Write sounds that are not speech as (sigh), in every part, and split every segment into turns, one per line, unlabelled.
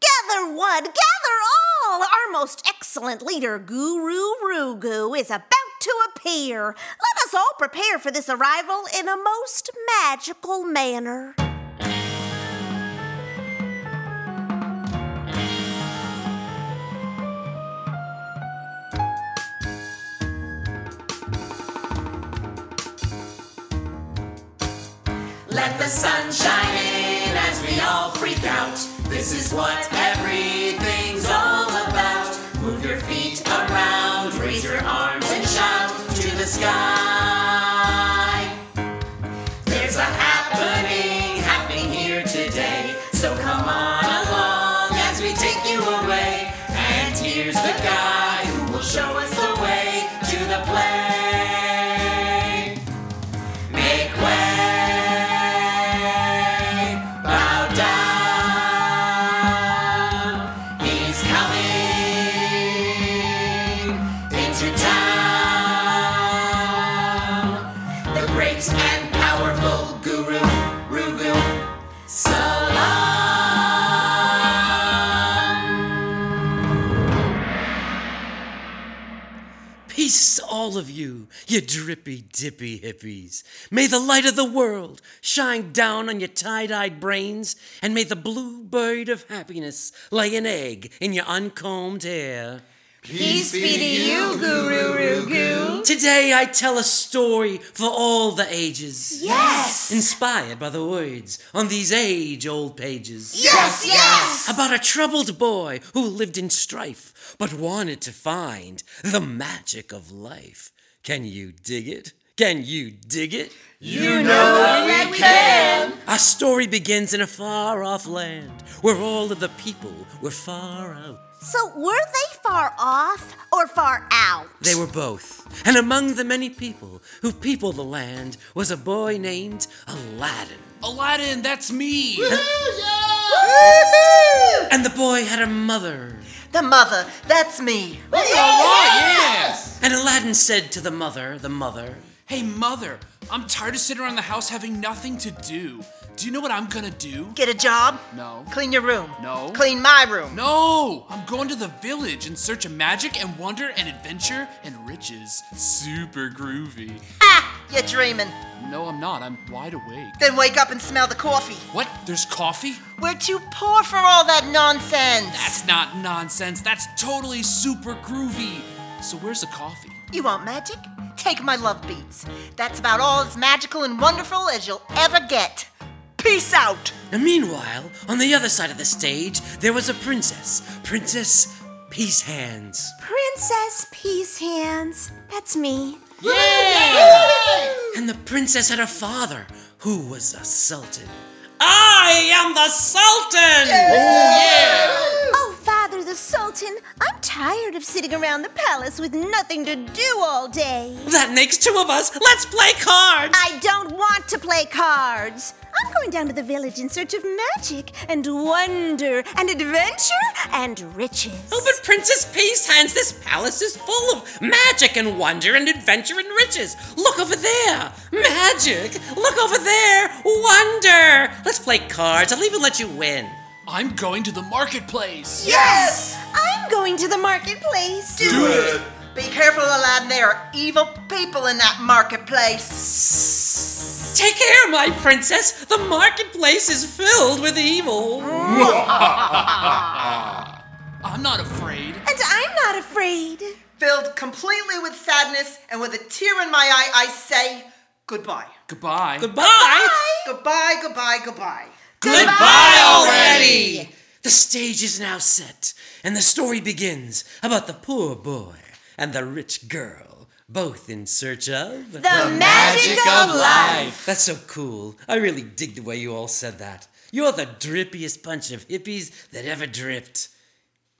Gather one, gather all! Our most excellent leader, Guru Rugu, is about to appear. Let us all prepare for this arrival in a most magical manner.
Let the sun shine in as we all freak out. This is what everything's all about. Move your feet around, raise your arms and shout to the sky. There's a happening happening here today. So come on along as we take you away. And here's the guy who will show us the way to the play. Make way, bow down. He's coming into town. The great and powerful Guru Rugu. Salam.
Peace, all of you, you drippy dippy hippies. May the light of the world shine down on your tie dyed brains, and may the blue bird of happiness lay an egg in your uncombed hair.
Peace be to you, Guru Rugu.
Today, I tell a story for all the ages.
Yes!
Inspired by the words on these age old pages.
Yes, yes!
About a troubled boy who lived in strife, but wanted to find the magic of life. Can you dig it? Can you dig it? Our story begins in a far off land where all of the people were far out.
So, were they far off or far out?
They were both. And among the many people who peopled the land was a boy named Aladdin.
Aladdin, that's me.
And the boy had a mother.
The mother, that's me. Oh,
yes.
And Aladdin said to the mother, the mother,
Hey, mother, I'm tired of sitting around the house having nothing to do. Do you know what I'm gonna do?
Get a job.
No.
Clean your room.
No.
Clean my room.
No, I'm going to the village in search of magic and wonder and adventure and riches. Super groovy.
Ah, you're dreaming.
No, I'm not. I'm wide awake.
Then wake up and smell the coffee.
What? There's coffee?
We're too poor for all that nonsense.
That's not nonsense. That's totally super groovy. So where's the coffee?
You want magic? Take my love beats. That's about all as magical and wonderful as you'll ever get. Peace out.
And meanwhile, on the other side of the stage, there was a princess, Princess Peace Hands.
Princess Peace Hands. That's me.
And the princess had a father who was a sultan. I am the sultan!
Oh, Father the Sultan, I'm tired of sitting around the palace with nothing to do all day.
That makes two of us. Let's play cards!
I don't want to play cards. I'm going down to the village in search of magic and wonder and adventure and riches.
Oh, but Princess Peace Hands, this palace is full of magic and wonder and adventure and riches. Look over there. Magic. Look over there. Wonder. Let's play cards. I'll even let you win.
I'm going to the marketplace.
Yes.
I'm going to the marketplace.
Do it. Be careful, Aladdin. There are evil people in that marketplace.
Take care, my princess. The marketplace is filled with evil.
I'm not afraid.
And I'm not afraid.
Filled completely with sadness and with a tear in my eye, I say goodbye.
Goodbye.
Goodbye.
Goodbye, goodbye, goodbye.
Goodbye already! The stage is now set, and the story begins about the poor boy and the rich girl, both in search of.
The, magic, of, life.
That's so cool. I really dig the way you all said that. You're the drippiest bunch of hippies that ever dripped.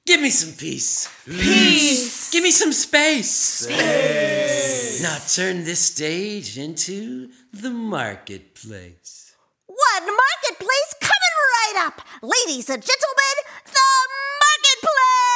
Give me some peace. Peace. Give me some space. Space. Now turn this stage into the marketplace.
One marketplace coming right up. Ladies and gentlemen, the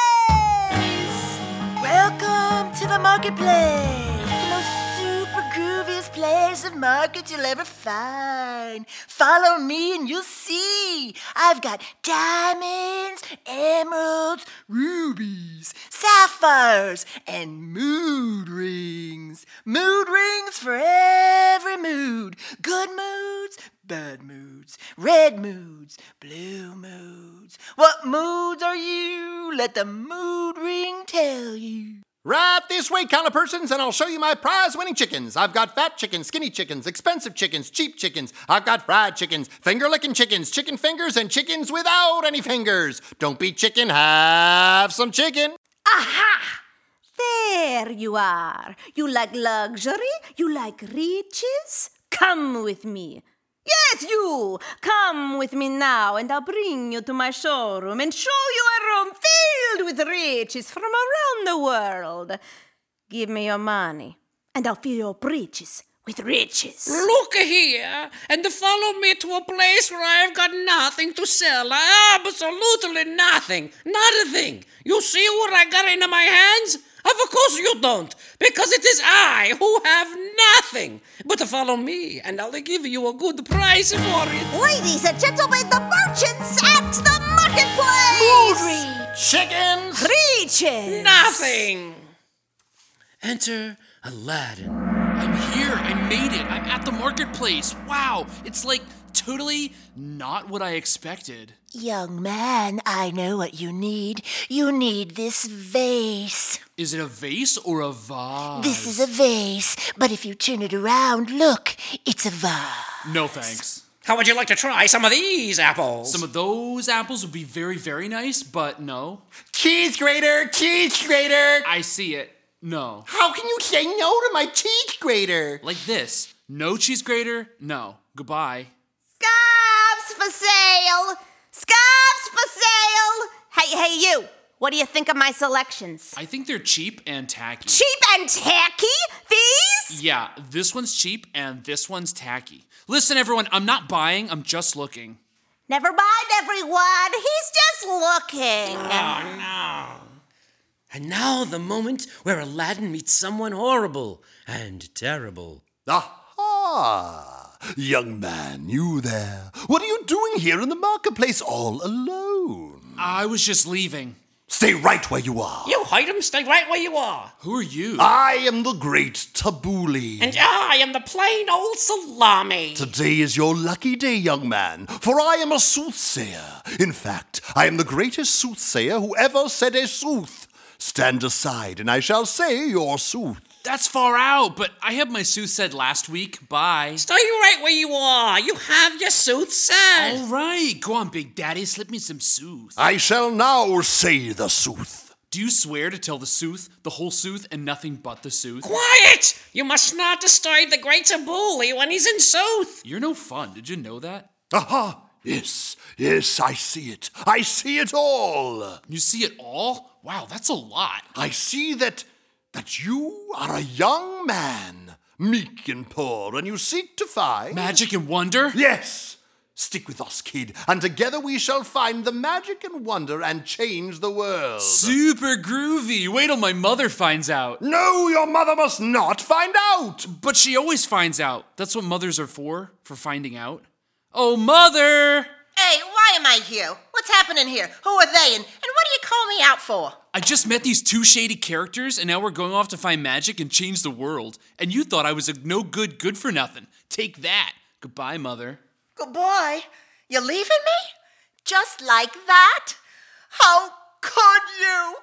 marketplace.
Welcome to the marketplace, the most super grooviest place of market you'll ever find. Follow me and you'll see. I've got diamonds, emeralds, rubies, sapphires, and mood rings. Mood rings for every mood. Good moods, bad moods, red moods, blue moods. What moods are you? Let the mood ring tell you.
Right this way, counter persons, and I'll show you my prize winning chickens. I've got fat chickens, skinny chickens, expensive chickens, cheap chickens. I've got fried chickens, finger licking chickens, chicken fingers, and chickens without any fingers. Don't be chicken, have some chicken.
Aha! There you are. You like luxury? You like riches? Come with me. Yes, you! Come with me now, and I'll bring you to my showroom and show you a room filled with riches from around the world. Give me your money, and I'll fill your breeches with riches.
Look here, and follow me to a place where I've got nothing to sell. Absolutely nothing. Not a thing. You see what I got in my hands? Of course you don't, because it is I who have nothing. But follow me, and I'll give you a good price for it.
Ladies and gentlemen, the merchants at the marketplace!
Chickens!
Riches!
Nothing. Enter Aladdin.
I'm here. I made it. I'm at the marketplace. Wow. It's like totally not what I expected.
Young man, I know what you need. You need this vase.
Is it a vase or a vase?
This is a vase, but if you turn it around, look, it's a vase.
No thanks.
How would you like to try some of these apples?
Some of those apples would be very, very nice, but no.
Cheese grater! Cheese grater!
I see it. No.
How can you say no to my cheese grater?
Like this. No cheese grater. No. Goodbye.
Scarves for sale! Scarves for sale! Hey, hey, you! What do you think of my selections?
I think they're cheap and tacky.
Cheap and tacky? These?
Yeah, this one's cheap and this one's tacky. Listen, everyone, I'm not buying, I'm just looking.
Never mind, everyone. He's just looking.
Oh, no. And now the moment where Aladdin meets someone horrible and terrible.
Aha! Young man, you there. What are you doing here in the marketplace all alone?
I was just leaving.
Stay right where you are.
You him. stay right where you are.
Who are you?
I am the great Tabuli.
And I am the plain old salami.
Today is your lucky day, young man, for I am a soothsayer. In fact, I am the greatest soothsayer who ever said a sooth. Stand aside, and I shall say your sooth.
That's far out, but I had my suit said last week. Bye.
Stay right where you are. You have your sooth said.
All right, go on, Big Daddy, slip me some sooth. Uh,
I shall now say the sooth.
Do you swear to tell the sooth, the whole sooth, and nothing but the sooth?
Quiet! You must not disturb the great Tabuli when he's in sooth.
You're no fun. Did you know that?
Aha! Yes, yes, I see it. I see it all.
You see it all? Wow, that's a lot.
I see that that you are a young man, meek and poor, and you seek to find
Magic and wonder?
Yes! Stick with us, kid, and together we shall find the magic and wonder and change the world.
Super groovy. Wait till my mother finds out.
no, your mother must not find out!
But she always finds out. That's what mothers are for, for finding out. Oh, mother!
Hey, why am I here? What's happening here? Who are they, and, and what do you call me out for?
I just met these two shady characters, and now we're going off to find magic and change the world. And you thought I was a no good, good for nothing. Take that. Goodbye, mother.
Good boy, you leaving me? Just like that? How could you?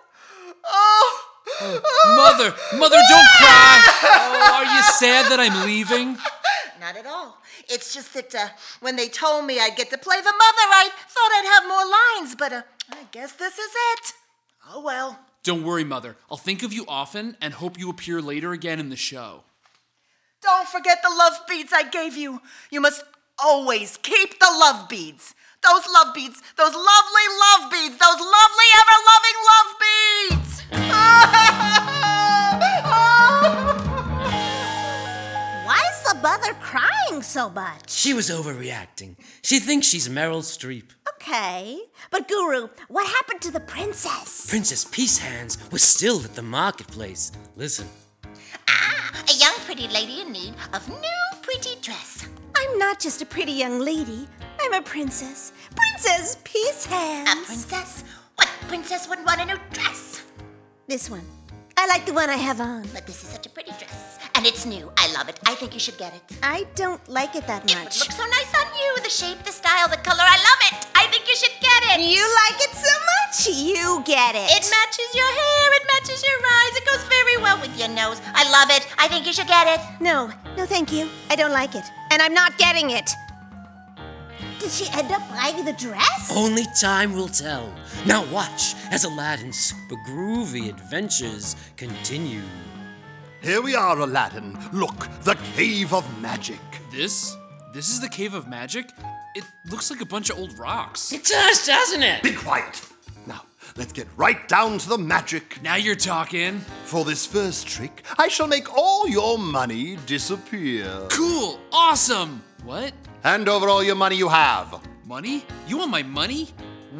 Oh,
Mother, mother, don't cry. Oh, are you sad that I'm leaving?
(gasps) not at all. It's just that uh, when they told me I'd get to play the mother, I thought I'd have more lines, but uh, I guess this is it. Oh well.
Don't worry, mother. I'll think of you often and hope you appear later again in the show.
Don't forget the love beads I gave you. You must always keep the love beads. Those love beads, those lovely love beads, those lovely ever loving love beads.
Why is the mother crying so much?
She was overreacting. She thinks she's Meryl Streep.
Okay. But, Guru, what happened to the princess?
Princess Peace Hands was still at the marketplace. Listen.
A young pretty lady in need of new pretty dress.
I'm not just a pretty young lady, I'm a princess. Princess Peace Hands.
Princess? What princess would want a new dress?
This one. I like the one I have on.
But this is such a pretty dress. And it's new. I love it. I think you should get it.
I don't like it that
It would
much.
look so nice on you. The shape, the style, the color. I love it. I think you should get it.
You like it so much, you get it.
It matches your hair. It matches your eyes. It goes very well with your nose. I love it. I think you should get it.
no, no, thank you. I don't like it. And I'm not getting it. Did she end up buying the dress?
Only time will tell. Now watch as Aladdin's super groovy adventures continue.
Here we are, Aladdin. Look, the Cave of Magic.
This? This is the Cave of Magic? It looks like a bunch of old rocks.
It does, doesn't it?
Be quiet. Now, let's get right down to the magic.
Now you're talking.
For this first trick, I shall make all your money disappear.
Cool. Awesome. What?
Hand over all your money you have.
Money? You want my money?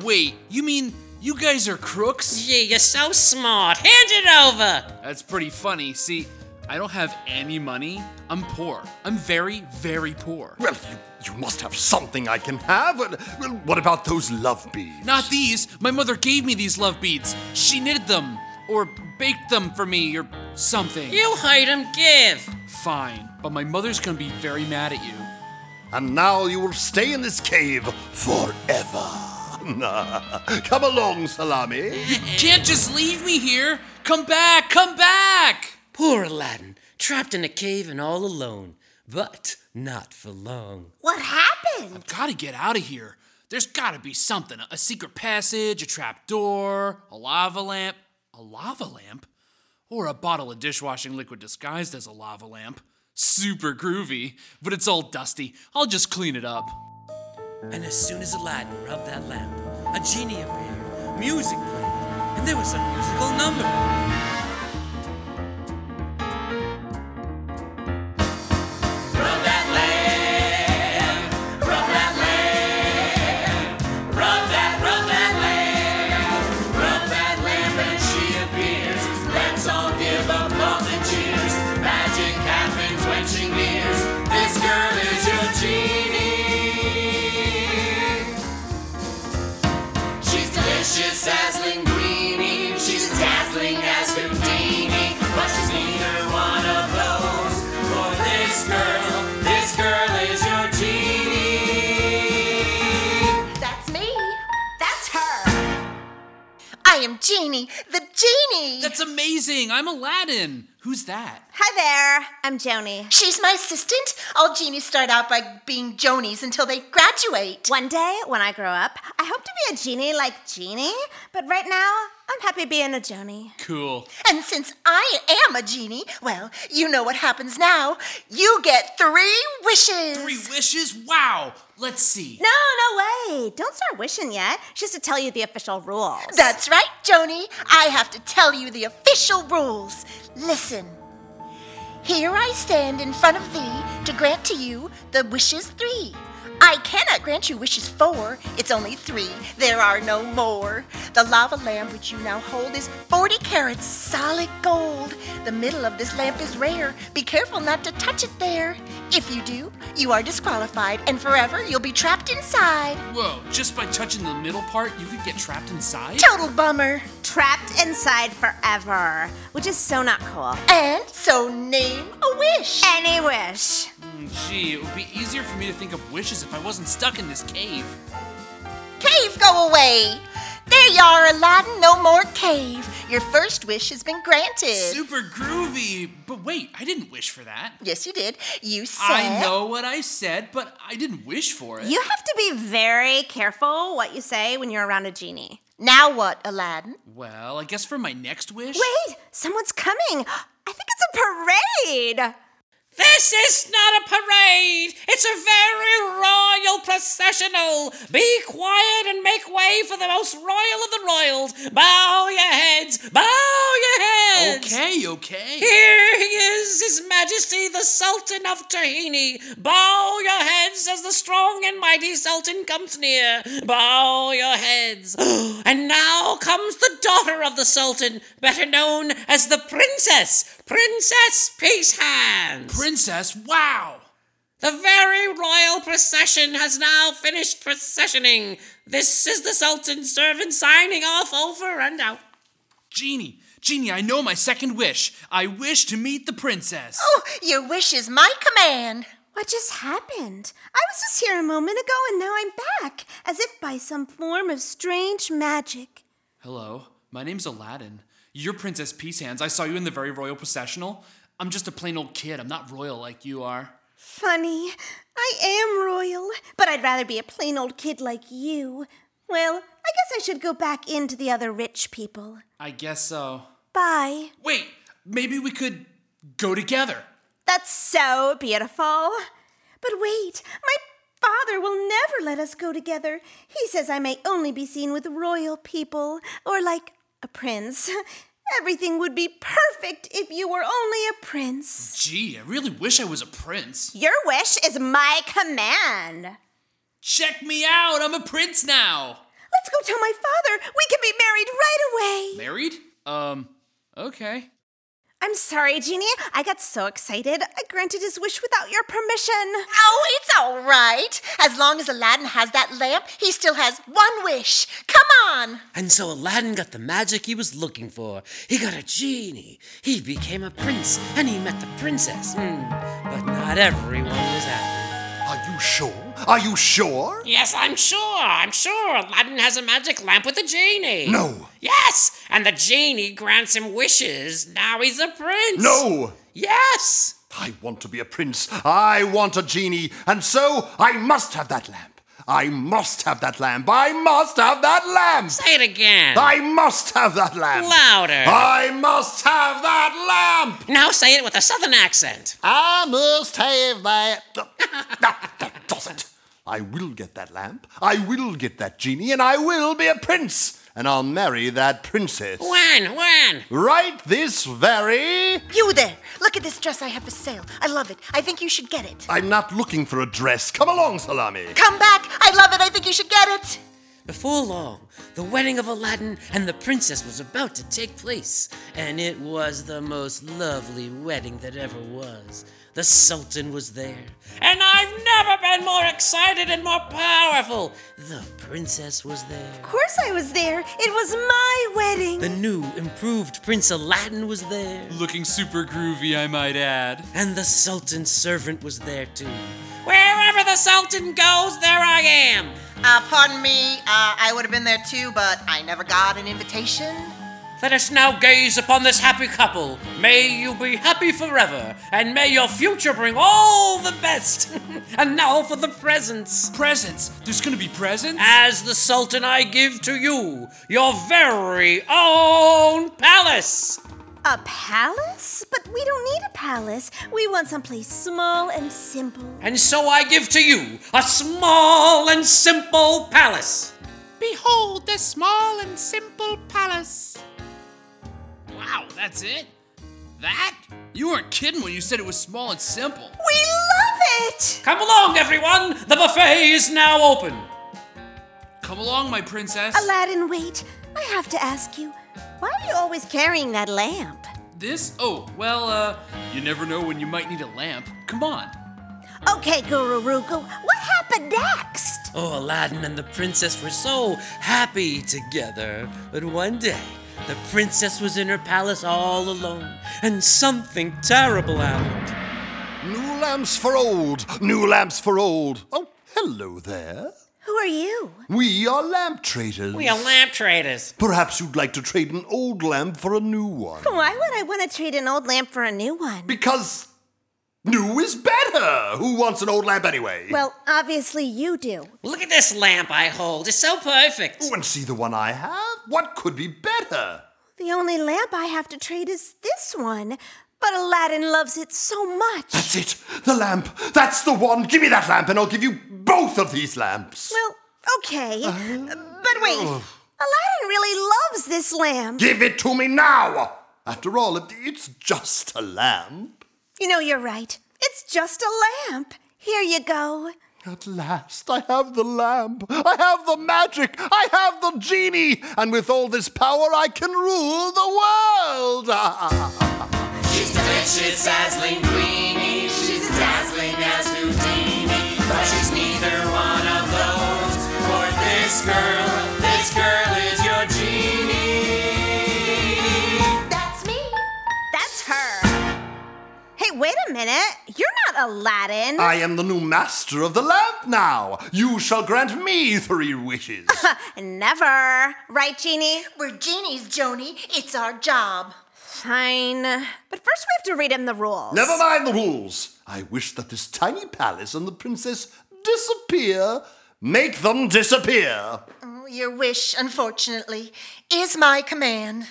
Wait, you mean you guys are crooks?
Gee, you're so smart. Hand it over.
That's pretty funny. See, I don't have any money. I'm poor. I'm very, very poor.
Well, you, you must have something I can have. Well, well, what about those love bees?
Not these. My mother gave me these love beads. She knitted them, or baked them for me, or something.
You hide him, give.
Fine, but my mother's gonna be very mad at you.
And now you will stay in this cave forever. (laughs) Come along, Salami.
You
Eh.
can't just leave me here. Come back. Come back.
Poor Aladdin, trapped in a cave and all alone, but not for long.
What happened?
Gotta get out of here. There's gotta be something a secret passage, a trap door, a lava lamp. A lava lamp? Or a bottle of dishwashing liquid disguised as a lava lamp. Super groovy, but it's all dusty. I'll just clean it up.
And as soon as Aladdin rubbed that lamp, a genie appeared, music played, and there was a musical number.
Rub that lamb, rub that lamb, rub that, rub that lamb, rub that lamb, and she appears. Let's all give applause and cheers. Magic happens when she nears. This girl is your genie. She's delicious as linguine. She's dazzling as Houdini. But she's neither one of those. For this girl, this girl is your genie.
That's me.
That's her.
I am Genie, the Genie.
That's amazing. I'm Aladdin. Who's that?
Hi there. I'm Joni.
She's my assistant. All genies start out by being Jonies until they graduate.
One day, when I grow up, I hope to be a genie like Genie, but right now, I'm happy being a Joni.
Cool.
And since I am a genie, well, you know what happens now. You get three wishes.
Three wishes? Wow. Let's see.
No, no way. Don't start wishing yet. Just to tell you the official rules.
That's right, Joni. I have to tell you the official rules. Listen. Here I stand in front of thee to grant to you the wishes three. I cannot grant you wishes four. It's only three. There are no more. The lava lamp which you now hold is 40 carats solid gold. The middle of this lamp is rare. Be careful not to touch it there. If you do, you are disqualified, and forever you'll be trapped inside.
Whoa, just by touching the middle part, you could get trapped inside?
Total bummer.
Trapped inside forever, which is so not cool.
And so name a wish.
Any wish.
Gee, it would be easier for me to think of wishes if I wasn't stuck in this cave.
Cave, go away. There you are, Aladdin. No more cave. Your first wish has been granted.
Super groovy. But wait, I didn't wish for that.
Yes, you did. You said.
I know what I said, but I didn't wish for it.
You have to be very careful what you say when you're around a genie.
Now what, Aladdin?
Well, I guess for my next wish.
Wait, someone's coming. I think it's a parade.
This is not a parade! It's a very royal processional! Be quiet and make way for the most royal of the royals! Bow your heads! Bow your heads!
Okay, okay.
Here he is, His Majesty the Sultan of Tahini. Bow your heads as the strong and mighty Sultan comes near. Bow your heads. (gasps) And now comes the daughter of the Sultan, better known as the Princess, Princess Peace Hands.
Princess, wow.
The very royal procession has now finished processioning. This is the Sultan's servant signing off over and out.
Genie, Genie, I know my second wish. I wish to meet the princess.
Oh, your wish is my command.
What just happened? I was just here a moment ago and now I'm back, as if by some form of strange magic.
Hello, my name's Aladdin. You're Princess Peace Hands. I saw you in the very royal processional. I'm just a plain old kid. I'm not royal like you are.
Funny, I am royal, but I'd rather be a plain old kid like you. Well, I guess I should go back into the other rich people.
I guess so.
Bye.
Wait, maybe we could go together.
That's so beautiful. But wait, my father will never let us go together. He says I may only be seen with royal people or like a prince. (laughs) Everything would be perfect if you were only a prince.
Gee, I really wish I was a prince.
Your wish is my command.
Check me out. I'm a prince now.
Let's go tell my father we can be married right away.
Married? Um, okay.
I'm sorry, Genie. I got so excited. I granted his wish without your permission.
Oh, it's all right. As long as Aladdin has that lamp, he still has one wish. Come on.
And so Aladdin got the magic he was looking for. He got a genie. He became a prince, and he met the princess. Hmm, But not everyone was happy.
Are you sure? Are you sure?
Yes, I'm sure, I'm sure. Aladdin has a magic lamp with a genie.
No.
Yes, and the genie grants him wishes. Now he's a prince.
No!
Yes.
I want to be a prince. I want a genie. And so I must have that lamp. I must have that lamp. I must have that lamp.
Say it again.
I must have that lamp.
Louder.
I must have that lamp.
now say it with a southern accent.
I must have that. (laughs) that, that does it. I will get that lamp. I will get that genie. And I will be a prince. And I'll marry that princess.
When? When?
Right this very.
You there. Look at this dress I have for sale. I love it. I think you should get it.
I'm not looking for a dress. Come along, Salami.
Come back. I love it. I think you should get it.
Before long, the wedding of Aladdin and the princess was about to take place, and it was the most lovely wedding that ever was. The Sultan was there,
And I've never been more excited and more powerful.
the princess was there.
Of course I was there. It was my wedding.
The new, improved Prince Aladdin was there,
Looking super groovy, I might add.
and the Sultan's servant was there too.
Wherever the Sultan goes, there I am.
Uh, pardon me. Uh, I would have been there too, but I never got an invitation.
Let us now gaze upon this happy couple. May you be happy forever, and may your future bring all the best. (laughs) and now for the presents.
Presents. There's gonna be presents?
As the Sultan, I give to you your very own palace.
a palace? But we don't need a palace. We want someplace small and simple.
And so I give to you a small and simple palace.
Behold the small and simple palace. Wow, that's it? That? You weren't kidding when you said it was small and simple.
We love it!
Come along, everyone. The buffet is now open.
Come along, my princess.
Aladdin, wait. I have to ask you, why are you always carrying that lamp?
This? Oh, well, uh, you never know when you might need a lamp. Come on.
Okay, Guru Rugu, what happened next?
Oh, Aladdin and the princess were so happy together. But one day, the princess was in her palace all alone, and something terrible happened.
New lamps for old, new lamps for old. Oh, hello there.
Who are you?
We are lamp traders.
We are lamp traders.
Perhaps you'd like to trade an old lamp for a new one.
Why would I want to trade an old lamp for a new one?
Because new is better. Who wants an old lamp anyway?
Well, obviously you do.
Look at this lamp I hold. It's so perfect.
Oh, and see the one I have? What could be better?
The only lamp I have to trade is this one, but Aladdin loves it so much.
(laughs) That's it. The lamp. That's the one. Give me that lamp, and I'll give you both of these lamps.
Well, okay. But wait, Aladdin really loves this lamp.
Give it to me now. After all, it- it's just a lamp.
You know, you're right. It's just a lamp. Here you go.
At last, I have the lamp. I have the magic. I have the genie. And with all this power, I can rule the world. (laughs)
She's the richest dazzling queenie. She's the dazzling as Houdini, but she's neither one of those. For this girl, this girl is your genie.
That's me.
That's her. Hey, wait a minute. You're not Aladdin.
I am the new master of the lamp now. You shall grant me three wishes.
Never. Right, Genie?
We're genies, Joni. It's our job.
Fine. But first, we have to read him the rules.
Never mind the rules. I wish that this tiny palace and the princess disappear. Make them disappear.
Your wish, unfortunately, is my command.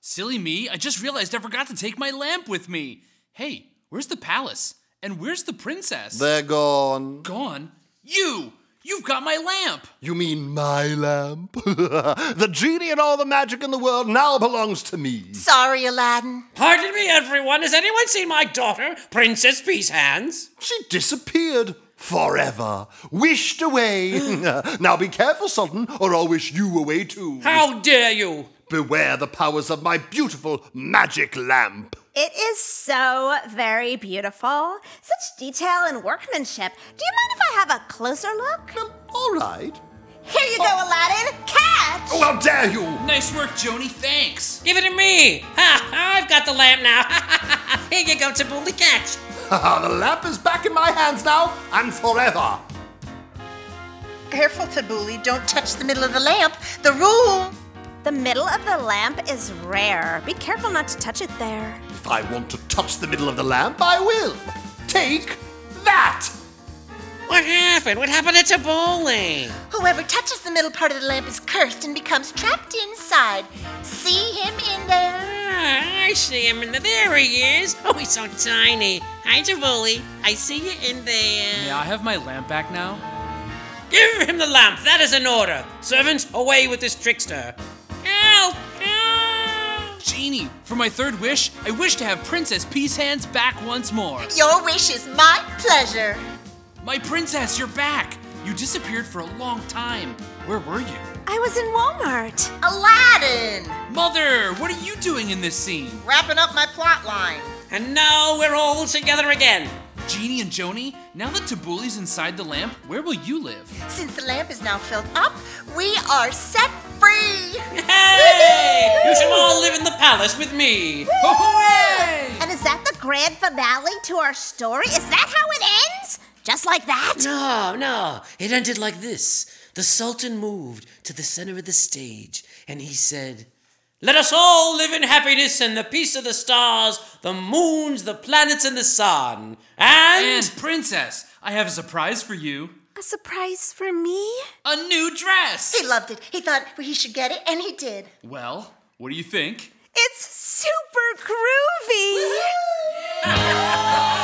Silly me, I just realized I forgot to take my lamp with me. Hey, where's the palace? And where's the princess?
They're gone.
Gone? You! You've got my lamp!
You mean my lamp? (laughs) the genie and all the magic in the world now belongs to me.
Sorry, Aladdin.
Pardon me, everyone. Has anyone seen my daughter, Princess Peace Hands?
She disappeared. Forever. Wished away. (laughs) now be careful, Sultan, or I'll wish you away too.
How dare you?
Beware the powers of my beautiful magic lamp.
It is so very beautiful. Such detail and workmanship. Do you mind if I have a closer look?
All right.
Here you go, Aladdin. Catch!
Oh, how dare you!
Nice work, Joni, thanks!
Give it to me. Ha! I've got the lamp now. Here you go, Tabooly Catch.
(laughs) the lamp is back in my hands now and forever.
Careful, Tabuli. Don't touch the middle of the lamp. The rule.
The middle of the lamp is rare. Be careful not to touch it there.
If I want to touch the middle of the lamp, I will. Take that!
What happened? What happened to Tabooly?
Whoever touches the middle part of the lamp is cursed and becomes trapped inside. See him in there?
Ah, I see him in the. There he is. Oh, he's so tiny. Hi, Tabooly. I see you in there.
May I have my lamp back now?
Give him the lamp. That is an order. Servants, away with this trickster. Help! Help!
Genie, for my third wish, I wish to have Princess Peace Hands back once more.
Your wish is my pleasure.
My princess, you're back! You disappeared for a long time. Where were you?
I was in Walmart.
Aladdin,
Mother, what are you doing in this scene?
wrapping up my plot line.
And now we're all together again.
Genie and Joni, now that Tabuli's inside the lamp, where will you live?
Since the lamp is now filled up, we are set (laughs) free.
Hey! You shall all live in the palace with me.
And is that the grand finale to our story? Is that how it ends? Just like that?
No, no. It ended like this. The Sultan moved to the center of the stage and he said, Let us all live in happiness and the peace of the stars, the moons, the planets, and the sun. And.
And princess, I have a surprise for you.
A surprise for me?
A new dress!
He loved it. He thought he should get it, and he did.
Well, what do you think?
It's super groovy.